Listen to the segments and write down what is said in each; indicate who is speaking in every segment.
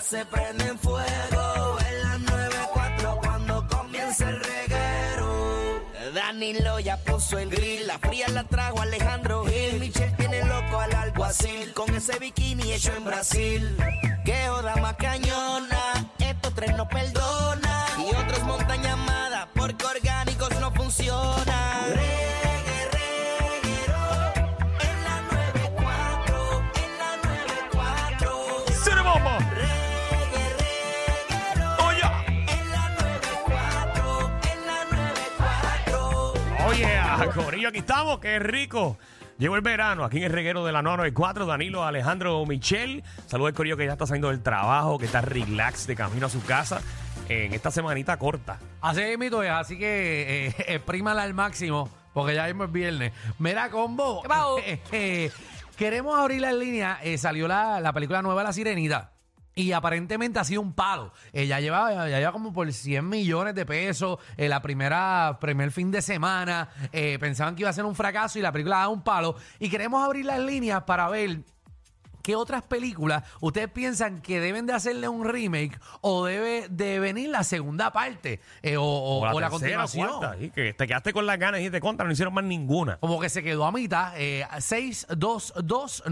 Speaker 1: se prende en fuego. En las 94 cuando comienza el reguero. Danilo ya puso el grill, la fría la trajo Alejandro Gil. Michel tiene loco al alguacil con ese bikini hecho en Brasil. Que joda más cañona, estos tres no perdonan. Y otros montan llamada porque orgánicos no funcionan. Reggae, reguero, en la 94, en la 94.
Speaker 2: ¡Cine bombo!
Speaker 1: Reggae, reguero,
Speaker 2: Oh, ¡Oye!
Speaker 1: en la 94, en la 94.
Speaker 2: ¡Oye! Oh, Corillo, aquí estamos, qué rico. Llegó el verano, aquí en el reguero de la 994, Danilo Alejandro Michel. Saludos al Corillo que ya está saliendo del trabajo, que está relax de camino a su casa en esta semanita corta.
Speaker 3: Así es, mito es, así que eh, exprímala al máximo, porque ya mismo es viernes. Mira, combo.
Speaker 4: ¿Qué pasó?
Speaker 3: eh, eh, queremos abrir la línea. eh, salió la, la película nueva La Sirenita. Y aparentemente ha sido un palo. Eh, ya, lleva, ya lleva como por 100 millones de pesos eh, la primera primer fin de semana. eh, pensaban que iba a ser un fracaso y la película da un palo. Y queremos abrir las líneas para ver ¿Qué otras películas ustedes piensan que deben de hacerle un remake o debe de venir la segunda parte eh, o, o- o
Speaker 2: tercera,
Speaker 3: la, continuación?
Speaker 2: cuarta, y que te quedaste con las ganas y te contra, no hicieron más ninguna.
Speaker 3: Como que se quedó a mitad, eh,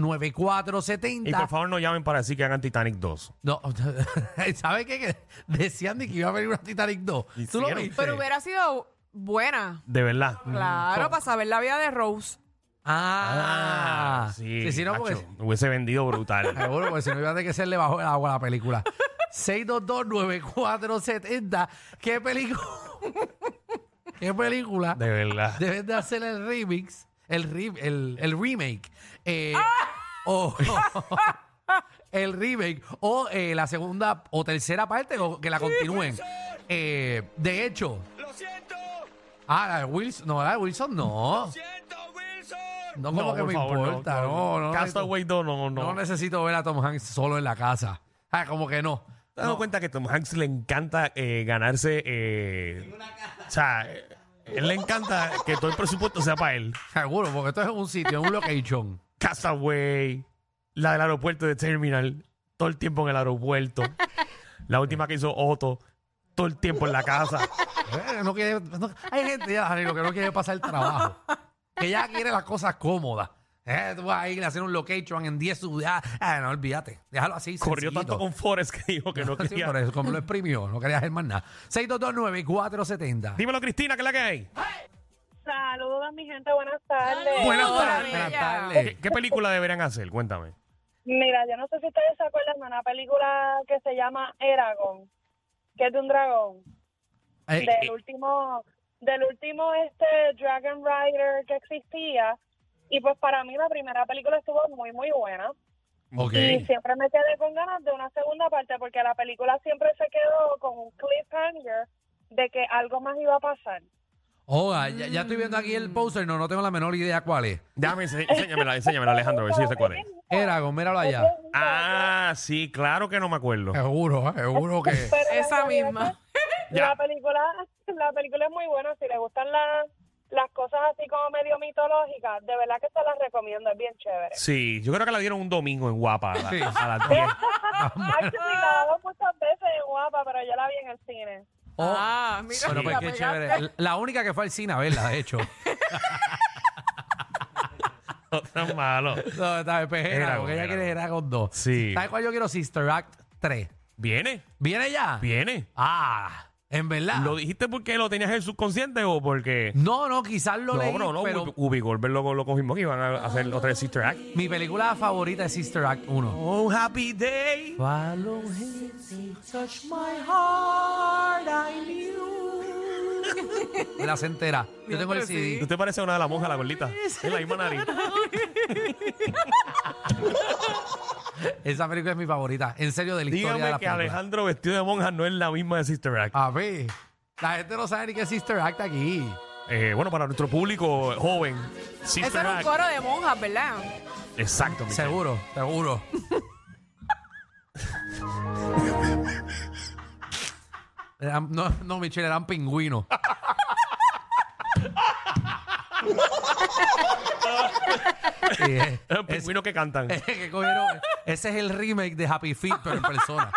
Speaker 2: Y por
Speaker 3: 6229470.
Speaker 2: favor no llamen para decir que hagan Titanic 2.
Speaker 3: No, ¿sabes qué? Que Decían de que iba a venir una Titanic 2. ¿Tú lo
Speaker 2: Hicieron.
Speaker 3: viste?
Speaker 4: Pero hubiera sido buena.
Speaker 2: De verdad.
Speaker 4: Claro, para saber la vida de Rose.
Speaker 3: Ah,
Speaker 2: sí.
Speaker 3: sí, no, porque-
Speaker 2: macho, Hubiese vendido brutal.
Speaker 3: Seguro, porque si no iba a tener que serle bajo el agua a la película. 6229470. ¿Qué película? ¿Qué película?
Speaker 2: De verdad.
Speaker 3: Deben de hacer el remix, el, re- el, el remake. eh, o, el remake. O eh, la segunda o tercera parte o que la continúen. Eh, de hecho.
Speaker 5: ¡Lo siento!
Speaker 3: Ah, la de Wilson. No, la de Wilson no.
Speaker 5: ¡Siento, Wilson!
Speaker 3: No como que
Speaker 2: por
Speaker 3: me
Speaker 2: favor,
Speaker 3: importa. No, no.
Speaker 2: Castaway 2, no, no.
Speaker 3: No necesito ver a Tom Hanks solo en la casa. Ah, como que no.
Speaker 2: ¿Te has dado cuenta que a Tom Hanks le encanta eh, ganarse. eh, o sea, eh, él le encanta que todo el presupuesto sea para él.
Speaker 3: Seguro, porque esto es un sitio, es un location.
Speaker 2: Castaway, la del aeropuerto de Terminal, todo el tiempo en el aeropuerto. la última que hizo Otto, todo el tiempo en la casa.
Speaker 3: Eh, no quiere- no- hay gente ya, Danilo, que no quiere pasar el trabajo. Que ya quiere las cosas cómodas. Eh, tú vas a ir a hacer un location en 10 ciudades. Ah, no, olvídate. Déjalo así.
Speaker 2: Corrió
Speaker 3: sencillito.
Speaker 2: tanto con Forrest que dijo que no
Speaker 3: Sí, por
Speaker 2: quería.
Speaker 3: eso, como lo exprimió, no quería hacer más nada. 6229470.
Speaker 2: Dímelo, Cristina, ¿qué es la que hay?
Speaker 6: Saludos, mi gente, buenas tardes.
Speaker 2: Buenas
Speaker 4: Hola,
Speaker 2: tardes.
Speaker 4: bella.
Speaker 3: Buenas tardes.
Speaker 2: ¿Qué, qué película deberían hacer? Cuéntame.
Speaker 6: Mira, yo no sé si ustedes se acuerdan de una película que se llama Eragon, que es de un dragón,
Speaker 3: Eh,
Speaker 6: del último, del último este Dragon Rider que existía. Y pues para mí la primera película estuvo muy, muy buena.
Speaker 3: ok.
Speaker 6: Y siempre me quedé con ganas de una segunda parte porque la película siempre se quedó con un cliffhanger de que algo más iba a pasar.
Speaker 3: Oh, ah, ya, ya estoy viendo aquí el poster. No, no tengo la menor idea cuál es.
Speaker 2: Déjame, ense- enséñamela, enséñamela, Alejandro, a ver si yo sé cuál es.
Speaker 3: Eragon, míralo allá.
Speaker 2: Ah, sí, claro que no me acuerdo.
Speaker 3: Seguro, eh, seguro que.
Speaker 6: Pero la
Speaker 4: Esa
Speaker 6: realidad
Speaker 4: misma.
Speaker 2: Ya.
Speaker 6: La película, la película es muy buena. Si le gustan la- las cosas así como medio mitológicas, de verdad que se las recomiendo. Es bien chévere.
Speaker 2: Sí, yo creo que la dieron un domingo en Guapa a, la-
Speaker 3: Sí.
Speaker 2: a las 10.
Speaker 6: Actually, la daba muchas veces en guapa, pero yo la vi en el cine.
Speaker 3: Oh,
Speaker 4: ah, mira.
Speaker 3: Bueno, pues
Speaker 4: la
Speaker 3: qué
Speaker 4: pegaste.
Speaker 3: chévere. La única que fue al cine a verla, de hecho.
Speaker 2: No tan malo.
Speaker 3: No, está bien, pues,
Speaker 2: Eragon,
Speaker 3: era, porque ella
Speaker 2: Eragon.
Speaker 3: quiere Eragon 2.
Speaker 2: Sí.
Speaker 3: ¿Sabes cuál yo quiero? Sister Act 3.
Speaker 2: ¿Viene?
Speaker 3: ¿Viene ya?
Speaker 2: ¿Viene?
Speaker 3: Ah, en verdad.
Speaker 2: ¿Lo dijiste porque lo tenías en el subconsciente o porque.?
Speaker 3: no, no, quizás lo leí,
Speaker 2: no, no, no.
Speaker 3: pero
Speaker 2: Ubi- Ubi Goldberg lo, lo confirmó que iban a hacer otra de Sister Act.
Speaker 3: mi película favorita es Sister Act 1.
Speaker 2: Oh, happy day.
Speaker 3: Follow him, touch my heart, I knew. Me la sé entera. Yo tengo el
Speaker 4: Diantre,
Speaker 3: CD.
Speaker 2: Usted parece una de las monjas, la gordita. Es la misma nariz.
Speaker 3: Esa película es mi favorita. En serio, de la historia de
Speaker 2: Dígame
Speaker 3: la
Speaker 2: que
Speaker 3: película.
Speaker 2: Alejandro vestido de monja no es la misma de Sister Act.
Speaker 3: A ver, la gente no sabe ni qué es Sister Act aquí.
Speaker 2: Eh, bueno, para nuestro público joven,
Speaker 4: Eso
Speaker 2: Sister
Speaker 4: era un
Speaker 2: Act.
Speaker 4: coro de monjas, ¿verdad?
Speaker 2: Exacto, mi
Speaker 3: Seguro, seguro. Eran- no, no, Michelle, eran pingüinos. Sí, eh,
Speaker 2: Los
Speaker 3: es-
Speaker 2: pingüinos que cantan.
Speaker 3: que cogieron- ese es el remake de Happy Feet, pero en persona.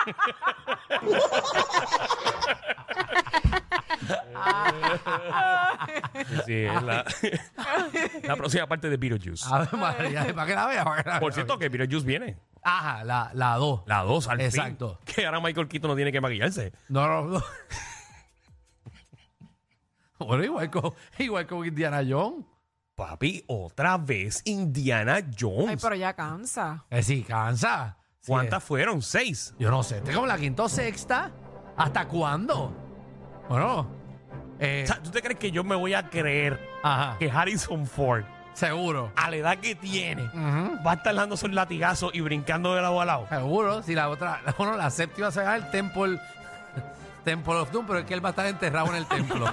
Speaker 2: Sí, es la, la próxima parte de Beetlejuice.
Speaker 3: A ver, María, para que la vea. para que la
Speaker 2: Por
Speaker 3: vea.
Speaker 2: cierto, que Beetlejuice viene.
Speaker 3: Ajá, la, la dos.
Speaker 2: La 2 al fin.
Speaker 3: Exacto.
Speaker 2: Que ahora Michael Quito no tiene que maquillarse.
Speaker 3: No, no, no. Bueno, igual con, igual con Indiana Jones.
Speaker 2: Papi, otra vez Indiana
Speaker 4: Ay,
Speaker 2: Jones.
Speaker 4: pero ya cansa.
Speaker 3: Eh, sí, cansa. Sí,
Speaker 2: ¿Cuántas fueron? Seis.
Speaker 3: eh, Yo no sé. Este es como la quinta o sexta. ¿Hasta cuándo? Bueno, eh,
Speaker 2: O sea, ¿tú te crees que yo me voy a creer
Speaker 3: ajá,
Speaker 2: que Harrison Ford,
Speaker 3: seguro.
Speaker 2: a la edad que tiene,
Speaker 3: Ujú.
Speaker 2: va a estar dándose un latigazo y brincando de lado a lado?
Speaker 3: Seguro, si la otra, bueno, la séptima será el Temple, Temple of Doom, pero es que él va a estar enterrado en el templo.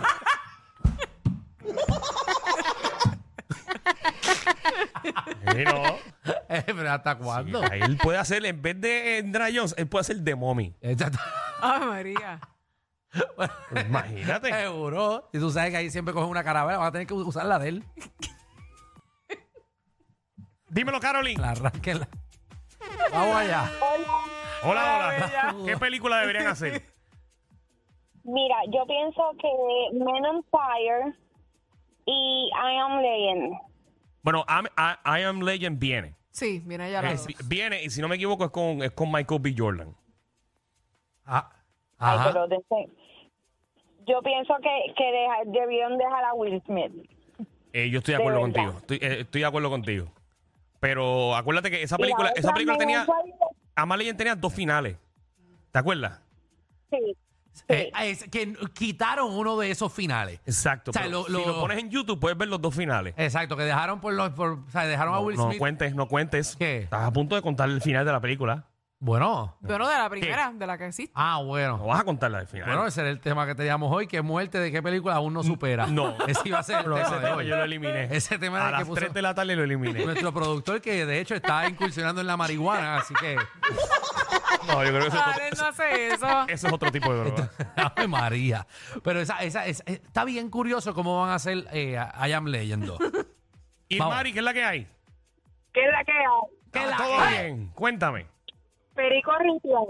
Speaker 2: Sí, no.
Speaker 3: Eh, pero ¿hasta cuándo?
Speaker 2: Sí, él puede hacer, en vez de eh, Indiana Jones, él puede hacer de mommy.
Speaker 3: Exacto.
Speaker 4: Ay, María. Eh,
Speaker 2: Imagínate.
Speaker 3: Seguro. Y tú sabes que ahí siempre coge una carabela, vas a tener que usar la de él.
Speaker 2: Dímelo, Caroline.
Speaker 3: La arranquela. Vamos allá.
Speaker 2: Hola, hola. ¿Qué película deberían hacer?
Speaker 6: Mira, yo pienso que Men on Fire y I Am Legend.
Speaker 2: Bueno, I'm- I, I Am Legend viene.
Speaker 4: Sí, viene ya la
Speaker 2: Eh,
Speaker 4: dos.
Speaker 2: vi- viene, y si no me equivoco, es con, es con Michael B. Jordan.
Speaker 3: Ah,
Speaker 6: Ay,
Speaker 3: ajá.
Speaker 6: pero de ese- yo pienso que, que deja- debieron dejar a Will Smith.
Speaker 2: Eh, yo estoy de
Speaker 6: De
Speaker 2: acuerdo
Speaker 6: verdad.
Speaker 2: contigo. Estoy, eh, estoy de acuerdo contigo. Pero acuérdate que esa
Speaker 6: Y la
Speaker 2: película, esa
Speaker 6: otra,
Speaker 2: película
Speaker 6: Men
Speaker 2: tenía.
Speaker 6: on Fire,
Speaker 2: Am I Legend tenía dos finales. ¿Te acuerdas?
Speaker 6: Sí.
Speaker 3: Eh, es que n- quitaron uno de esos finales.
Speaker 2: Exacto.
Speaker 3: O sea,
Speaker 2: pero
Speaker 3: lo-
Speaker 2: Si
Speaker 3: lo-
Speaker 2: lo pones en YouTube, puedes ver los dos finales.
Speaker 3: Exacto, que dejaron por los. por- o sea, dejaron a
Speaker 2: No,
Speaker 3: Will
Speaker 2: no
Speaker 3: Smith.
Speaker 2: cuentes, no cuentes.
Speaker 3: ¿Qué?
Speaker 2: Estás a punto de contar el final de la película.
Speaker 3: Bueno.
Speaker 4: Bueno, de la primera, de la que existe.
Speaker 3: Ah, bueno.
Speaker 2: No vas a contar la del final.
Speaker 3: Bueno, ese era el tema que teníamos hoy, que muerte de qué película aún no supera.
Speaker 2: no.
Speaker 3: Ese iba a ser el
Speaker 2: No,
Speaker 3: tema
Speaker 2: ese
Speaker 3: de
Speaker 2: tema
Speaker 3: hoy.
Speaker 2: yo lo eliminé.
Speaker 3: Ese tema era
Speaker 2: a
Speaker 3: el que
Speaker 2: las
Speaker 3: puso-
Speaker 2: 3 de la tarde lo eliminé.
Speaker 3: Nuestro productor que de hecho está incursionando en la marihuana, así que...
Speaker 2: No, yo creo que eso es otro-
Speaker 4: Dale, no hace eso.
Speaker 2: eso es otro tipo de droga.
Speaker 3: ¡Ay, María! Pero esa, esa, esa- eh, está bien curioso cómo van a hacer eh, I Am Legend 2.
Speaker 2: Y
Speaker 3: Vamos.
Speaker 2: Mari, ¿qué es la que hay? Ah,
Speaker 6: ¿Qué es la que hay?
Speaker 3: ¿Qué la
Speaker 2: ¿Todo
Speaker 3: que-
Speaker 2: bien? Cuéntame.
Speaker 6: Perico Ritual.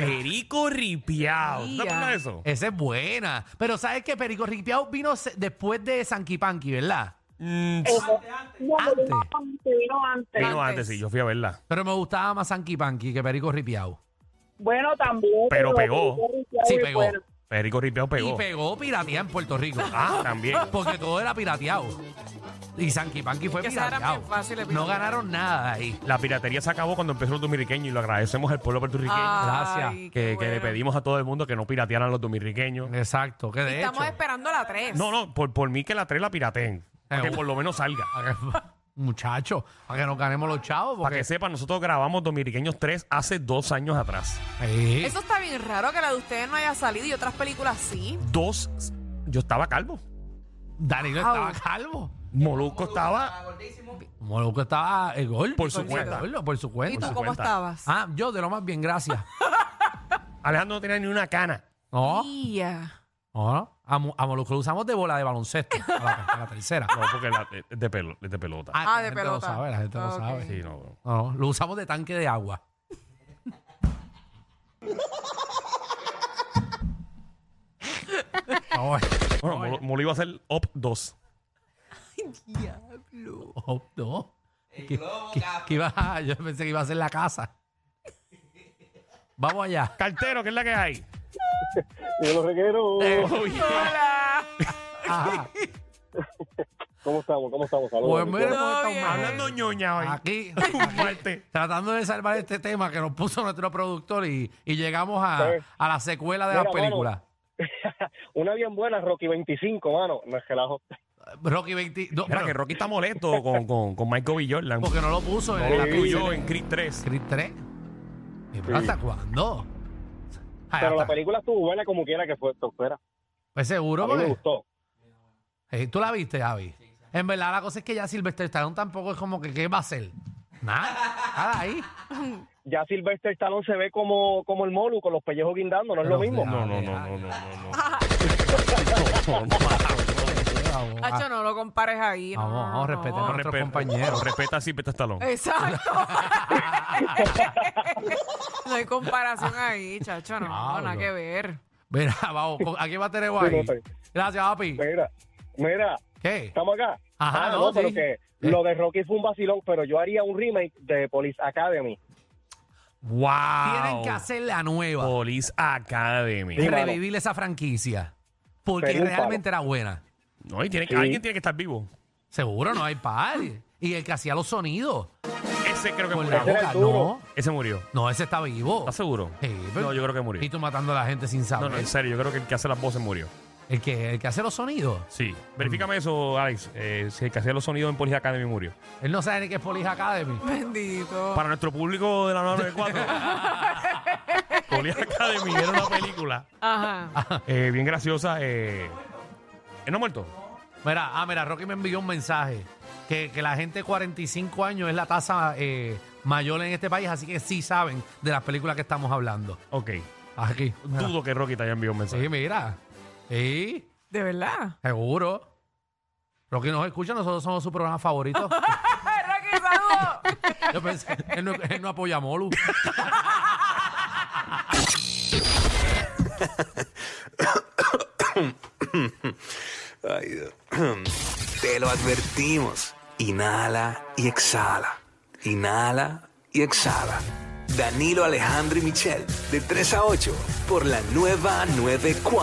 Speaker 2: Perico ripiao. ¿Tú ¿Te acuerdas de eso?
Speaker 3: Esa es buena. Pero ¿sabes que Perico Ripiao vino se- después de Sanky Panky, ¿verdad?
Speaker 2: Mm,
Speaker 6: Eso. No,
Speaker 3: Antes.
Speaker 6: vino antes, vino antes.
Speaker 2: vino antes, sí, yo fui a verla.
Speaker 3: Pero me gustaba más Sanky Panky que Perico Ripiao.
Speaker 6: Bueno, también.
Speaker 2: Pero pegó.
Speaker 6: Perico Ritual
Speaker 3: Sí,
Speaker 6: es
Speaker 3: pegó.
Speaker 6: bueno.
Speaker 2: Perico Ripiao pegó.
Speaker 3: Y pegó piratía en Puerto Rico.
Speaker 2: Ah, también.
Speaker 3: Porque todo era pirateado. Y Sanky Panky fue
Speaker 4: Que esa era
Speaker 3: pirateado.
Speaker 4: bien fácil de
Speaker 3: No
Speaker 4: piratear.
Speaker 3: ganaron nada ahí.
Speaker 2: La piratería se acabó cuando empezó los dominiqueños y lo agradecemos al pueblo puertorriqueño.
Speaker 4: Ay,
Speaker 3: gracias,
Speaker 4: qué
Speaker 2: que, que le
Speaker 4: bueno.
Speaker 2: pedimos a todo el mundo que no piratearan a los dominiqueños.
Speaker 3: Exacto, que de
Speaker 4: Estamos
Speaker 3: hecho...
Speaker 4: esperando la 3.
Speaker 2: No, no, por, por mí que la 3 la pirateen. Para que
Speaker 3: Eh,
Speaker 2: por lo menos salga.
Speaker 3: Muchachos, para que nos ganemos los chavos.
Speaker 2: Para que
Speaker 3: Porque...
Speaker 2: sepan, nosotros grabamos Dominiqueños 3 hace dos años atrás.
Speaker 3: Sí.
Speaker 4: Eso está bien raro que la de ustedes no haya salido y otras películas sí.
Speaker 2: Dos. Yo estaba calvo.
Speaker 3: Danilo estaba
Speaker 4: Au.
Speaker 3: calvo.
Speaker 2: Molusco estaba.
Speaker 3: Moluco estaba el gol.
Speaker 2: Por su
Speaker 3: Gordo,
Speaker 2: cuenta.
Speaker 3: gordo, por su
Speaker 4: ¿Y
Speaker 3: cuenta.
Speaker 4: tú
Speaker 2: su
Speaker 4: cómo
Speaker 2: cuenta.
Speaker 4: estabas?
Speaker 3: Ah, yo de lo más bien, gracias.
Speaker 2: Alejandro no tenía ni una cana.
Speaker 3: No,
Speaker 4: Ya.
Speaker 3: no, no. A, Mo- a Molusco lo usamos de bola de baloncesto. A la, a la tercera.
Speaker 2: No, porque la- es de, pelo- es de pelota.
Speaker 4: Ah,
Speaker 3: la
Speaker 4: de
Speaker 3: gente
Speaker 4: pelota.
Speaker 3: lo sabe, la gente lo
Speaker 4: Ok.
Speaker 3: sabe.
Speaker 2: Sí, no.
Speaker 3: No, no, lo usamos de tanque de agua. No,
Speaker 2: Bueno, Molo- Molo iba a hacer op 2.
Speaker 4: Diablo.
Speaker 3: oh, no. ¿Qué- qué- qué iba a- yo pensé que iba a ser la casa. Vamos allá.
Speaker 2: Cartero, ¿qué es la que hay?
Speaker 7: Yo los reguero.
Speaker 3: Eh. Ah.
Speaker 4: Hola.
Speaker 3: Ajá.
Speaker 7: ¿Cómo estamos? ¿Cómo estamos? Saludos.
Speaker 3: Pues mira,
Speaker 4: Todo
Speaker 3: hemos
Speaker 4: bien.
Speaker 3: estado mal.
Speaker 2: Hablando ñoña hoy.
Speaker 3: aquí,
Speaker 2: Un martes.
Speaker 3: tratando de salvar este tema que nos puso nuestro productor y, y llegamos a, a la secuela de la
Speaker 7: Mira, mano.
Speaker 3: película.
Speaker 7: Una bien buena, Rocky 25, mano. No es relajo.
Speaker 3: Ah, Rocky 20. no,
Speaker 2: Mira
Speaker 3: bueno,
Speaker 2: que Rocky está molesto con, con, con Michael B. Jordan.
Speaker 3: porque no lo puso
Speaker 2: No
Speaker 3: en
Speaker 2: lo
Speaker 3: la
Speaker 2: incluyó en Creed 3.
Speaker 3: Creed 3. Eh, pero ¿Hasta cuándo? Ay,
Speaker 7: Pero la
Speaker 3: hasta-
Speaker 7: película estuvo buena como quiera que fue, fuera.
Speaker 3: Pues
Speaker 7: A
Speaker 3: seguro,
Speaker 7: mí me
Speaker 3: porque.
Speaker 7: gustó.
Speaker 3: Eh, ¿Tú la viste, Javi? En verdad, la cosa es que ya Sylvester Stallone tampoco es como que, ¿qué va a hacer? Nada, nada ahí.
Speaker 7: Ya Sylvester Stallone se ve como, como el Molu, con los pellejos guindando, no es
Speaker 3: Pero
Speaker 7: lo mismo.
Speaker 3: fea.
Speaker 2: No, no, no, no, no, no. no. No, no, no.
Speaker 3: favor.
Speaker 4: Hacho, no lo compares ahí. No,
Speaker 3: Vamos,
Speaker 4: no,
Speaker 3: vamos a
Speaker 4: no.
Speaker 3: respetar
Speaker 2: No,
Speaker 3: a nuestros compañeros.
Speaker 2: Respeta a Silvestre Stallone.
Speaker 4: Exacto. no hay comparación ahí, chacho. No,
Speaker 3: Diablo.
Speaker 4: nada que ver.
Speaker 3: Mira, vamos, ¿con- ¿a quién va a tener ahí?
Speaker 7: Sí, papi.
Speaker 3: Gracias, papi.
Speaker 7: Mira, mira,
Speaker 3: ¿Qué?
Speaker 7: estamos acá.
Speaker 3: Ajá,
Speaker 7: Ah,
Speaker 3: no,
Speaker 7: pero
Speaker 3: sí.
Speaker 7: que
Speaker 3: Eh.
Speaker 7: lo de Rocky fue un vacilón, pero yo haría un remake de Police Academy.
Speaker 2: ¡Wow!
Speaker 3: Tienen que hacer la nueva.
Speaker 2: Police Academy.
Speaker 7: Sí. mano.
Speaker 3: revivir esa franquicia. Porque
Speaker 7: Pero un
Speaker 3: realmente era buena.
Speaker 2: No, y tiene que-
Speaker 7: Sí.
Speaker 2: alguien tiene que estar vivo.
Speaker 3: Seguro, no hay par. Y el que hacía los sonidos.
Speaker 2: Ese creo que
Speaker 3: Con
Speaker 2: murió.
Speaker 3: la
Speaker 7: Ese era
Speaker 3: boca,
Speaker 7: el duro.
Speaker 3: no.
Speaker 2: Ese murió.
Speaker 3: No, ese está vivo.
Speaker 2: ¿Estás seguro?
Speaker 3: Sí, pues. pero-
Speaker 2: no, yo creo que murió.
Speaker 3: Y tú matando a la gente sin
Speaker 2: No,
Speaker 3: saber.
Speaker 2: no, en serio, yo creo que el que hace las voces murió.
Speaker 3: el, que, el que hace los sonidos.
Speaker 2: Sí. Verifícame eso, Alex. eh, si el que hacía los sonidos en Police Academy murió.
Speaker 3: Él no sabe ni qué es Police Academy.
Speaker 4: Bendito.
Speaker 2: Para nuestro público de la 994, Police Academy era una película
Speaker 4: Ajá.
Speaker 2: eh, bien graciosa. Eh, ¿Eh, ¿No ha muerto?
Speaker 3: Mira, ah, mira, Rocky me envió un mensaje. Que, que la gente de 45 años es la tasa eh, mayor en este país, así que sí saben de las películas que estamos hablando.
Speaker 2: Ok.
Speaker 3: Aquí. Mira.
Speaker 2: Dudo que Rocky te haya enviado un
Speaker 3: Sí,
Speaker 2: mensaje.
Speaker 3: mira. Sí,
Speaker 4: De verdad.
Speaker 3: seguro. Rocky nos escucha, nosotros somos su programa favorito.
Speaker 4: ¡Ay, Rocky, saludos!
Speaker 3: Yo pensé, él no, él no apoya a Molu.
Speaker 8: Ay, Dios. Te lo advertimos. Inhala y exhala. Inhala y exhala. Danilo Alejandro y Michel, de 3 a 8, por la nueva 94.